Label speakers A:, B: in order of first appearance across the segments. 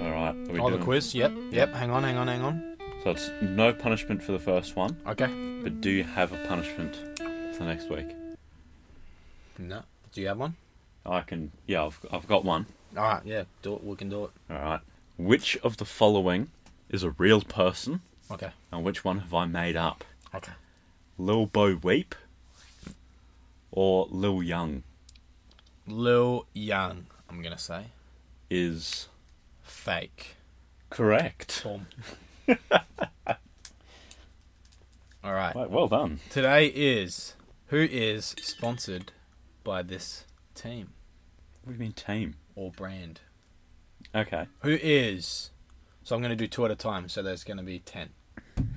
A: All right. are we
B: Oh, the
A: doing-
B: quiz. Yep, yep. Hang on, hang on, hang on.
A: So it's no punishment for the first one,
B: Okay.
A: but do you have a punishment for next week?
B: No. Do you have one?
A: I can. Yeah, I've, I've got one.
B: All right. Yeah. Do it. We can do it.
A: All right. Which of the following is a real person,
B: Okay.
A: and which one have I made up?
B: Okay.
A: Lil Bo Weep or Lil Young
B: Lil Young. I'm gonna say
A: is
B: fake.
A: correct.
B: Tom. All right.
A: Right, well done.
B: Today is who is sponsored by this team
A: What do you mean team?
B: or brand?
A: Okay.
B: Who is? So I'm going to do two at a time. So there's going to be ten.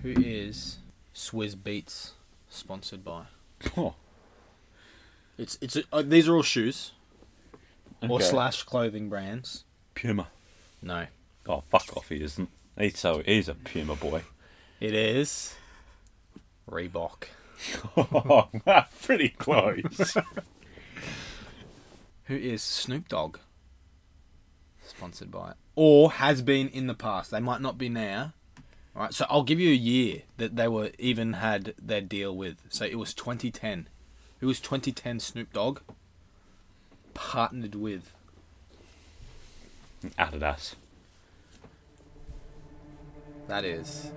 B: Who is Swizz Beats sponsored by?
A: Oh,
B: It's it's uh, these are all shoes or
A: okay.
B: slash clothing brands.
A: Puma.
B: No,
A: Oh, fuck off, he isn't. He's so he's a Puma boy.
B: it is Reebok.
A: oh, pretty close.
B: Who is Snoop Dogg sponsored by? Or has been in the past. They might not be now. All right, so I'll give you a year that they were even had their deal with. So it was 2010. Who was 2010 Snoop Dogg partnered with?
A: Adidas.
B: That is.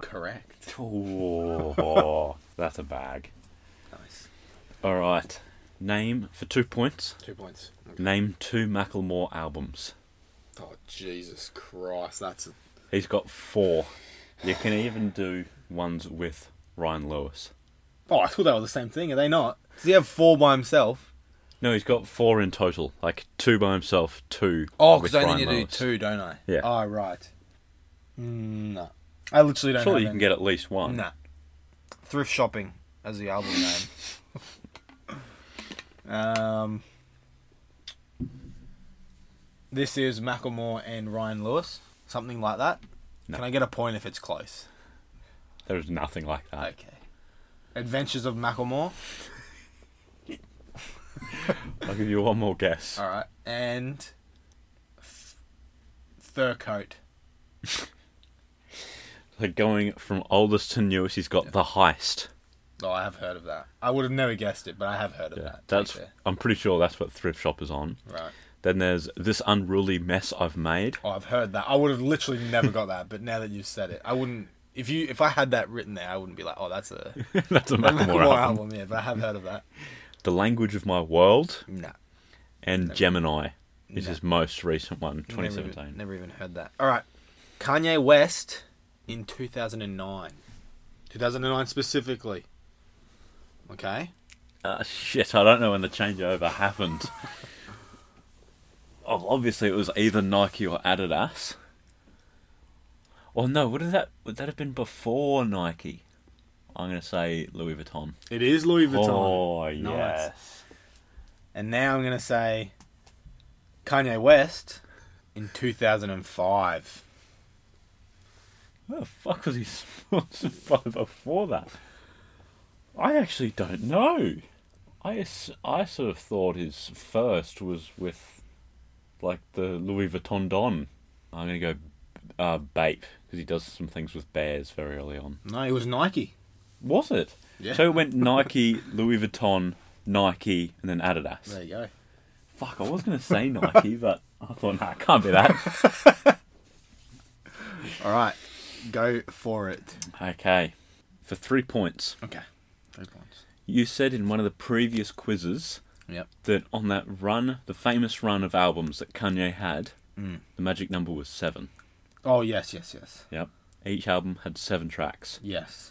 B: Correct.
A: Oh, that's a bag.
B: Nice.
A: All right. Name for two points.
B: Two points.
A: Name two Macklemore albums.
B: Oh, Jesus Christ. That's. A...
A: He's got four. You can even do ones with Ryan Lewis.
B: Oh, I thought they were the same thing. Are they not? Does he have four by himself?
A: No, he's got four in total. Like two by himself, two.
B: Oh,
A: with
B: because I only
A: Ryan
B: need to do two,
A: Lewis.
B: don't I?
A: Yeah.
B: Oh, right. Mm, no. I literally don't have
A: Surely you can
B: any.
A: get at least one.
B: Nah. Thrift shopping as the album name. um, this is Macklemore and Ryan Lewis, something like that.
A: No.
B: Can I get a point if it's close?
A: There is nothing like that.
B: Okay. Adventures of Macklemore.
A: I'll give you one more guess.
B: All right, and f- fur coat.
A: Like going from oldest to newest, he's got The Heist.
B: Oh, I have heard of that. I would have never guessed it, but I have heard of
A: Yeah,
B: that. to be
A: that's.
B: fair.
A: I'm pretty sure that's what Thrift Shop is on.
B: right.
A: Then there's This Unruly Mess I've Made.
B: Oh, I've heard that. I would have literally never got that, but now that you've said it, I wouldn't. If you if I had that written there, I wouldn't be like, oh, that's a
A: that's a
B: Macklemore
A: Macklemore album.
B: album. Yeah, but I have heard of that.
A: The Language of My World
B: Nah,
A: and Gemini is
B: No.
A: his most recent one,
B: never
A: 2017.
B: even, never even heard that. All right, Kanye West in two thousand and nine, two thousand and nine specifically. Okay,
A: Ah, shit, I don't know when the changeover happened. oh, obviously, it was either Nike or Adidas. Or no, would that would that have been before Nike? I'm gonna say Louis Vuitton.
B: it is Louis Vuitton.
A: Oh yes,
B: And now I'm going to say Kanye West in 2005.
A: Where the fuck was he sponsored by before that? I actually don't know. I, as- I sort of thought his first was with, like, the Louis Vuitton Don. I'm going to go uh, Bape, because he does some things with bears very early on.
B: No, it was Nike.
A: Was it?
B: Yeah.
A: So it went Nike, Louis Vuitton, Nike, and then Adidas.
B: There you go.
A: Fuck, I was going to say Nike, but I thought, nah, it can't be that.
B: All right. Go for it.
A: okay. For three points.
B: Okay. Three points.
A: You said in one of the previous quizzes
B: Yep.
A: that on that run, the famous run of albums that Kanye had,
B: Mm.
A: the magic number was seven.
B: Oh, yes, yes, yes.
A: Yep. Each album had seven tracks.
B: Yes.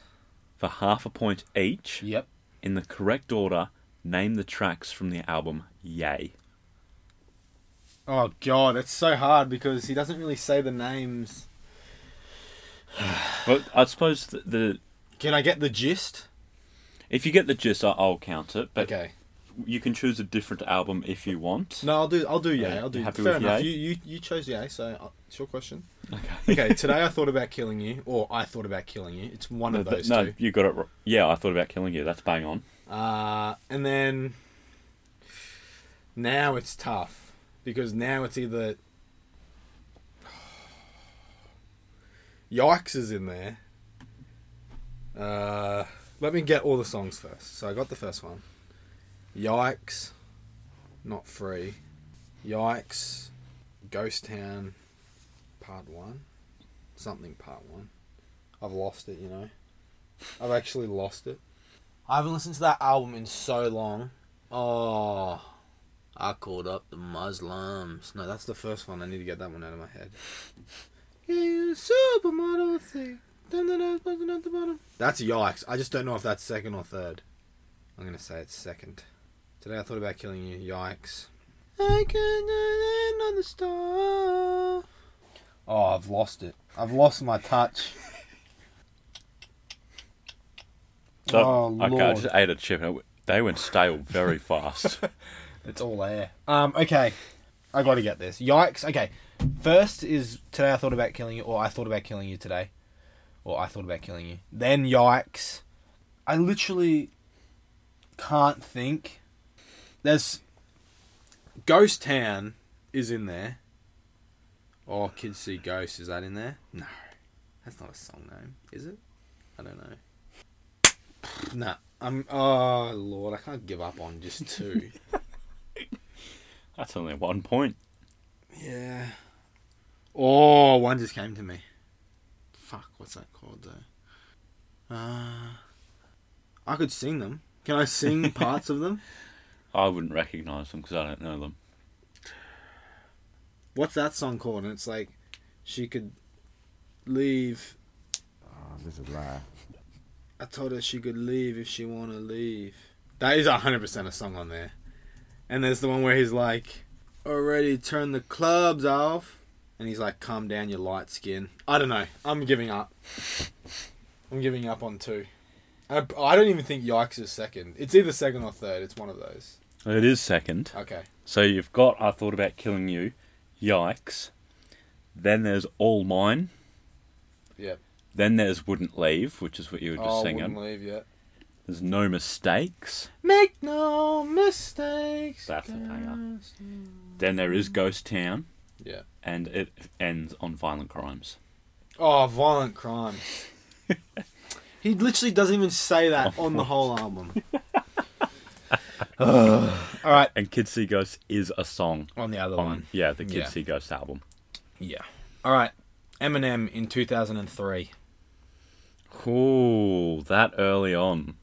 A: For half a point each,
B: Yep.
A: in the correct order, name the tracks from the album Yay.
B: Oh, God. It's so hard because he doesn't really say the names.
A: But I suppose that the
B: Can I get the gist?
A: if you get the gist, I- I'll count it. But you can choose a different album if you want.
B: No, I'll do. I'll do. Yeah,
A: you
B: I'll do.
A: happy
B: Fair
A: with
B: enough.
A: yay?
B: You, you you chose yay, so I'll- it's your question.
A: Okay.
B: Okay, today I thought about killing you, or I thought about killing you. It's one
A: No,
B: of those
A: no,
B: two.
A: you got it. ro- Yeah, I thought about killing you. That's bang on.
B: Uh, and then now it's tough because now it's either Yikes is in there. Uh, let me get all the songs first. So I got the first one. Yikes, not free. Yikes, Ghost Town, Part One, something Part One. I've lost it, you know. I've actually lost it. I haven't listened to that album in so long. Oh, I called up the Muslims. No, that's the first one. I need to get that one out of my head. Yeah, you're a supermodel thing. Dun, dun, dun, dun, dun, at the bottom. That's yikes. I just don't know if that's second or third. I'm gonna say it's second. Today I thought about killing you. Yikes. I can another star. Oh, I've lost it. I've lost my touch.
A: So,
B: Oh,
A: okay, I
B: Lord.
A: just ate a chip. and it- They went stale very fast.
B: It's all air. Um, okay. I gotta get this. Yikes. Okay. First is today I thought about killing you, or I thought about killing you today. Or I thought about killing you. Then yikes. I literally can't think. There's Ghost Town is in there. Oh, Kids See Ghosts, is that in there? No. That's not a song name, is it? I don't know. Nah. I'm oh Lord, I can't give up on just two.
A: That's only one point.
B: Yeah. Oh, one just came to me. Fuck, what's that called though? Uh, I could sing them. Can I sing parts of them?
A: I wouldn't recognise them because I don't know them.
B: What's that song called? And it's like, she could leave.
C: Oh, this is a lie.
B: I told her she could leave if she want to leave. That is 100% a song on there. And there's the one where he's like, already turned the clubs off. And he's like, calm down, you light skin. I don't know. I'm giving up. I'm giving up on two. I, I don't even think Yikes is second. It's either second or third. It's one of those.
A: It is second.
B: Okay.
A: So you've got I thought about killing you. Yikes. Then there's all mine.
B: Yep.
A: Then there's wouldn't leave, which is what you were just
B: Oh,
A: singing.
B: wouldn't leave yet.
A: There's no mistakes.
B: Make no mistakes.
A: That's a banger.
B: guys.
A: Then there is Ghost Town,
B: Yeah.
A: and it ends on violent crimes.
B: Oh, violent crimes. he literally doesn't even say that
A: Oh.
B: on the whole album. all right.
A: And Kids See Ghosts is a song
B: On the other
A: on yeah the Kids
B: Yeah.
A: See Ghosts album.
B: Yeah. All right. Eminem in 2003.
A: Cool, that early on.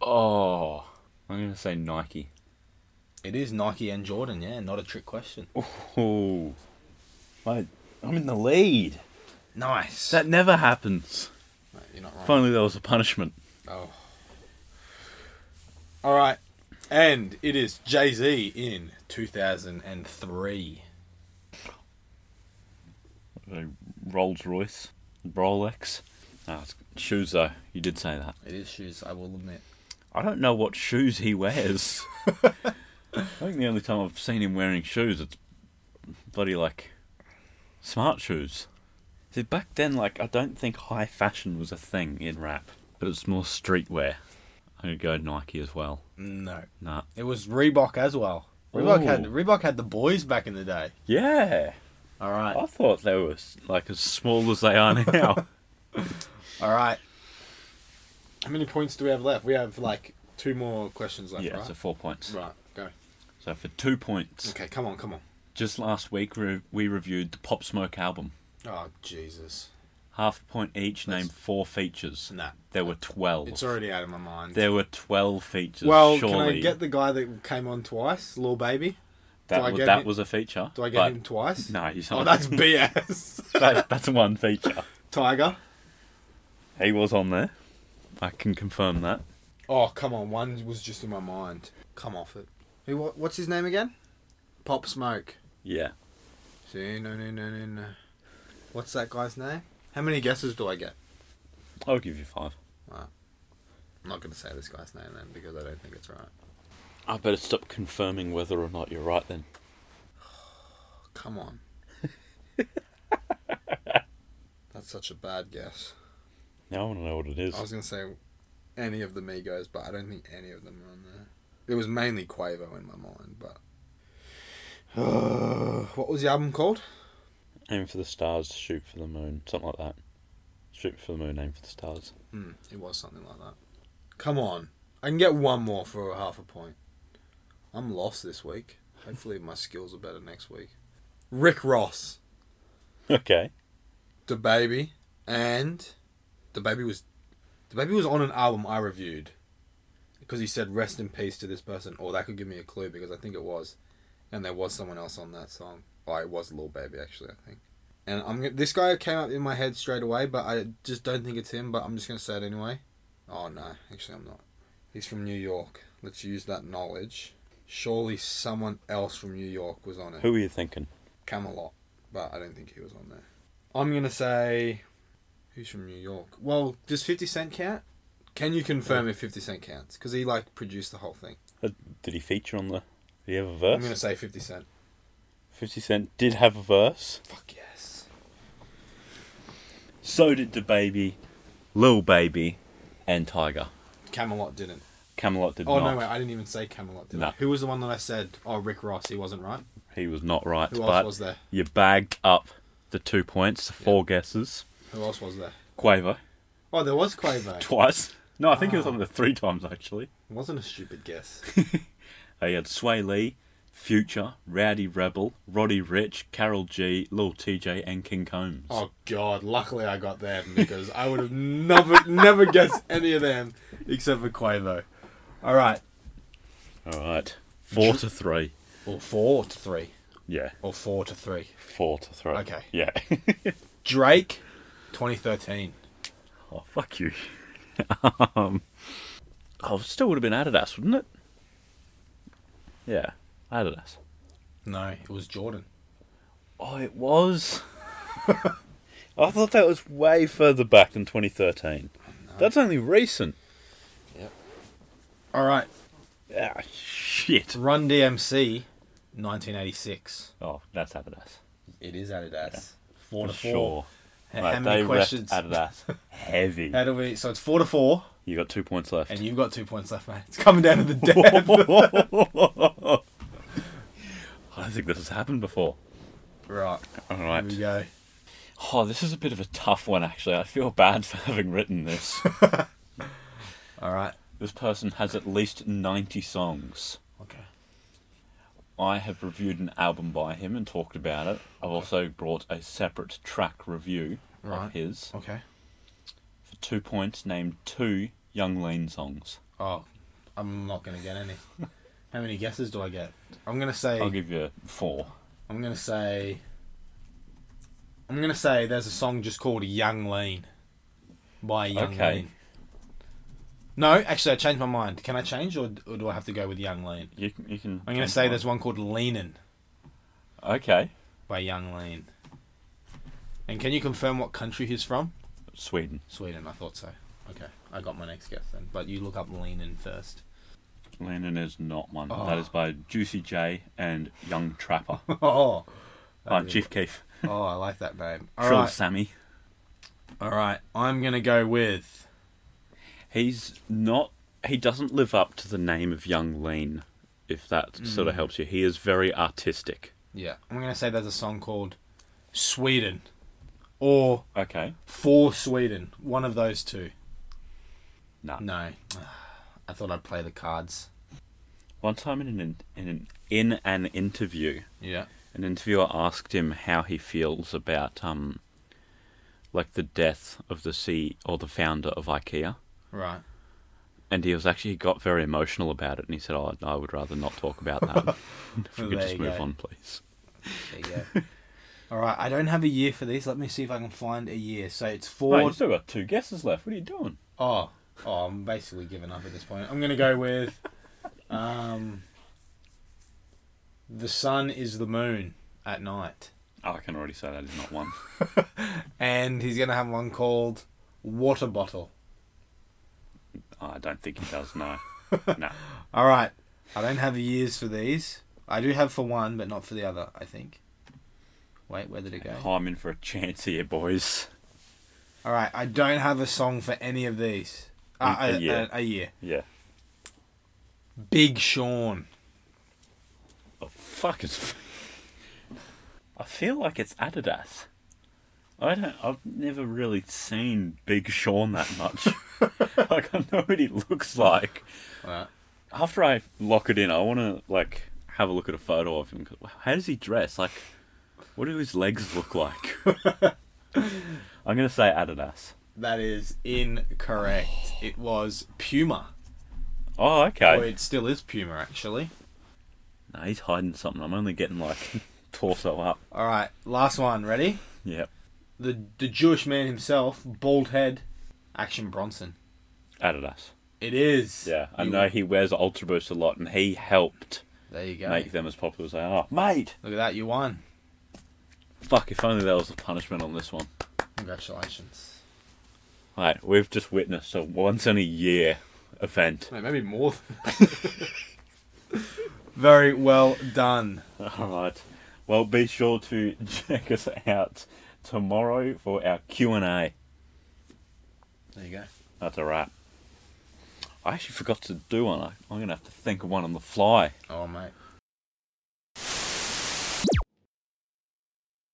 A: Oh, I'm gonna say Nike.
B: It is Nike and Jordan, yeah, not a trick question.
A: Oh, I, I'm in the lead.
B: Nice.
A: That never happens.
B: Mate, You're not wrong.
A: Finally, there was a punishment.
B: Oh. All right. And it is Jay Z in 2003.
A: A Rolls Royce, Rolex. Ah, it's shoes though. You did say that.
B: It is shoes, I will admit.
A: I don't know what shoes he wears. I think the only time I've seen him wearing shoes, it's bloody like smart shoes. See, back then, like I don't think high fashion was a thing in rap, but it's more streetwear. I'm gonna go Nike as well.
B: No.
A: Nah.
B: It was Reebok as well. Reebok had
A: Ooh.
B: Reebok had the boys back in the day.
A: Yeah,
B: All right.
A: I thought they were like as small as they are now. Oh.
B: All right. How many points do we have left? We have like two more questions left,
A: yeah,
B: right?
A: so four points.
B: Right. Go.
A: So for two points,
B: Okay, come on, come on.
A: just last week re- we reviewed the Pop Smoke album.
B: Oh, Jesus.
A: Half a point each,
B: That's-
A: name four features.
B: Nah.
A: There were twelve.
B: It's already out of my mind.
A: There were twelve features.
B: well,
A: surely.
B: can I get the guy that came on twice, Lil Baby?
A: that?
B: do I
A: wa-
B: get
A: that
B: it?
A: was a feature.
B: Do I get
A: but-
B: him twice?
A: No, you saw
B: Oh, that's BS.
A: that, that's one feature.
B: Tiger.
A: He was on there. I can confirm that.
B: Oh, come on. One was just in my mind. Come off it. Who? What, what's his name again? Pop Smoke.
A: Yeah,
B: See, no, no, no, no, no. What's that guy's name? How many guesses do I get?
A: I'll give you five.
B: I'm not going to say this guy's name then because I don't think it's right.
A: I better stop confirming whether or not you're right then.
B: Oh, Come on. That's such a bad guess.
A: Now I want to know what it is.
B: I was going to say any of the Migos, but I don't think any of them are on there. It was mainly Quavo in my mind, but. Uh, what was the album called?
A: Aim for the stars, shoot for the moon, something like that. Shoot for the moon, aim for the stars.
B: Hmm, it was something like that. Come on. I can get one more for a half a point. I'm lost this week. Hopefully, my skills are better next week. Rick Ross,
A: Okay.
B: the baby, and the baby was the baby was on an album I reviewed because he said "Rest in peace" to this person, or that could give me a clue because I think it was, and there was someone else on that song. Oh, it was Lil Baby actually, I think. And I'm gonna- this guy came up in my head straight away, but I just don't think it's him. But I'm just gonna say it anyway. Oh no, actually I'm not. He's from New York. Let's use that knowledge. Surely someone else from New York was on it.
A: Who are you thinking?
B: Camelot, but I don't think he was on there. I'm gonna say, who's from New York? Well, does Fifty Cent count? Can you confirm if Fifty Cent counts? Because he like produced the whole thing.
A: Uh, Did he feature on the. Did he have a
B: I'm
A: verse?
B: gonna say Fifty Cent.
A: 50 Cent did have a verse.
B: Fuck yes.
A: So did the baby, Lil Baby, and Tiger.
B: Camelot didn't.
A: Camelot did
B: Oh
A: not.
B: no, wait, I didn't even say Camelot. Did I?
A: No.
B: Who was the one that I said? Oh, Rick Ross. He wasn't right.
A: He was not right.
B: Who else
A: but
B: was there?
A: you bagged up the two points, the four guesses.
B: Who else was there?
A: Quaver,
B: Oh, there was Quavo.
A: twice. No, I think he
B: Ah.
A: was on there three times actually.
B: wasn't a stupid guess.
A: They had Sway Lee, Future, Rowdy Rebel, Roddy Rich, Carol G, Lil TJ, and King Combs.
B: Oh God! Luckily, I got them because I would have never, never guessed any of them except for Quavo. All right,
A: All right, four to three.
B: or four to three,
A: Yeah,
B: or four to three.
A: four to three.
B: Okay.
A: Yeah.
B: Drake, 2013.
A: oh fuck you. um, oh, it still would have been Adidas, wouldn't it? Yeah, Adidas.
B: No, it was Jordan.
A: Oh, it was. I thought that was way further back than 2013. That's only recent.
B: All right,
A: Ah, shit.
B: Run DMC, 1986.
A: Oh, that's Adidas.
B: It is Adidas.
A: For
B: Four to four.
A: sure.
B: How,
A: Right,
B: how many
A: they
B: questions?
A: wrecked Adidas heavy.
B: How do we? So it's four to four,
A: You got two points left.
B: and you've got two points left, mate. It's coming down to the death.
A: I don't think this has happened before.
B: right, here
A: All
B: we
A: right.
B: go.
A: Oh, this is a bit of a tough one, actually. I feel bad for having written this.
B: All right.
A: this person has at least 90 songs.
B: Okay.
A: I have reviewed an album by him and talked about it. I've also brought a separate track review
B: Right.
A: of his
B: Okay.
A: for two points, named two Young Lean songs.
B: Oh, I'm not gonna get any. How many guesses do I get? I'm gonna say.
A: I'll give you four.
B: I'm gonna say. I'm gonna say there's a song just called "Young Lean" by Young
A: Okay.
B: Lean. No, actually, I changed my mind. Can I change, or, or do I have to go with Young Lean?
A: You can. You can
B: I'm gonna say there's one called "Leanin"
A: Okay,
B: by Young Lean. And can you confirm what country he's from?
A: Sweden.
B: Sweden, I thought so. Okay, I got my next guess then. But you look up "Leanin" first.
A: Lennon is not one.
B: Oh.
A: That is by Juicy J and Young Trapper.
B: oh,
A: uh,
B: That'd be-
A: Chief Keef.
B: oh, I like that name. All
A: Trill
B: right,
A: Sammy.
B: all right. I'm gonna go with.
A: He's not. He doesn't live up to the name of Young Lean, if that
B: Hmm.
A: sort of helps you. He is very artistic.
B: Yeah, I'm gonna say there's a song called Sweden or
A: Okay.
B: For Sweden. One of those two.
A: No.
B: No, I thought I'd play the cards.
A: One time in an in an, in an interview,
B: Yeah.
A: an interviewer asked him how he feels about um, like the death of the C or the founder of IKEA,
B: Right.
A: and he was actually he got very emotional about it, and he said, "Oh, I would rather not talk about that. if we
B: Well,
A: could
B: there
A: just
B: you
A: move
B: go.
A: on, please."
B: There you go. All right. I don't have a year for these. Let me see if I can find a year. So it's four.
A: Right, you still got two guesses left. What are you doing?
B: Oh, oh, I'm basically giving up at this point. I'm gonna go with, um, the sun is the moon at night,
A: Oh, I can already say that is not one.
B: and he's gonna have one called water bottle.
A: I don't think he does. No, no.
B: All right. I don't have the years for these. I do have for one, but not for the other. I think. Wait, where did it go?
A: I'm in for a chance here, boys.
B: All right, I don't have a song for any of these. Uh,
A: A- a
B: a,
A: year.
B: a- a year.
A: Yeah.
B: Big Sean.
A: Oh, fuck it's. I feel like it's Adidas. I don't. I've never really seen Big Sean that much. like I know what he looks like.
B: Alright.
A: After I lock it in, I want to like have a look at a photo of him. 'cause How does he dress? Like, what do his legs look like? I'm gonna say Adidas.
B: That is incorrect. It was Puma.
A: Oh, okay.
B: Oh, it still is Puma, actually.
A: No, he's hiding something. I'm only getting like torso up.
B: All right, last one. Ready?
A: Yep.
B: The the Jewish man himself, bald head, Action Bronson.
A: Adidas.
B: It is.
A: Yeah, I
B: You-
A: know he wears Ultra Boost a lot, and he helped
B: There you go.
A: make them as popular as they are. Mate,
B: Look at that. You won.
A: fuck! If only there was a punishment on this one.
B: Congratulations.
A: Right, we've just witnessed a once in a year event.
B: No, maybe more. Very well done.
A: All right. Well, be sure to check us out tomorrow for our Q and A.
B: There you go.
A: That's a wrap. I actually forgot to do one. I, I'm gonna have to think of one on the fly.
B: Oh mate.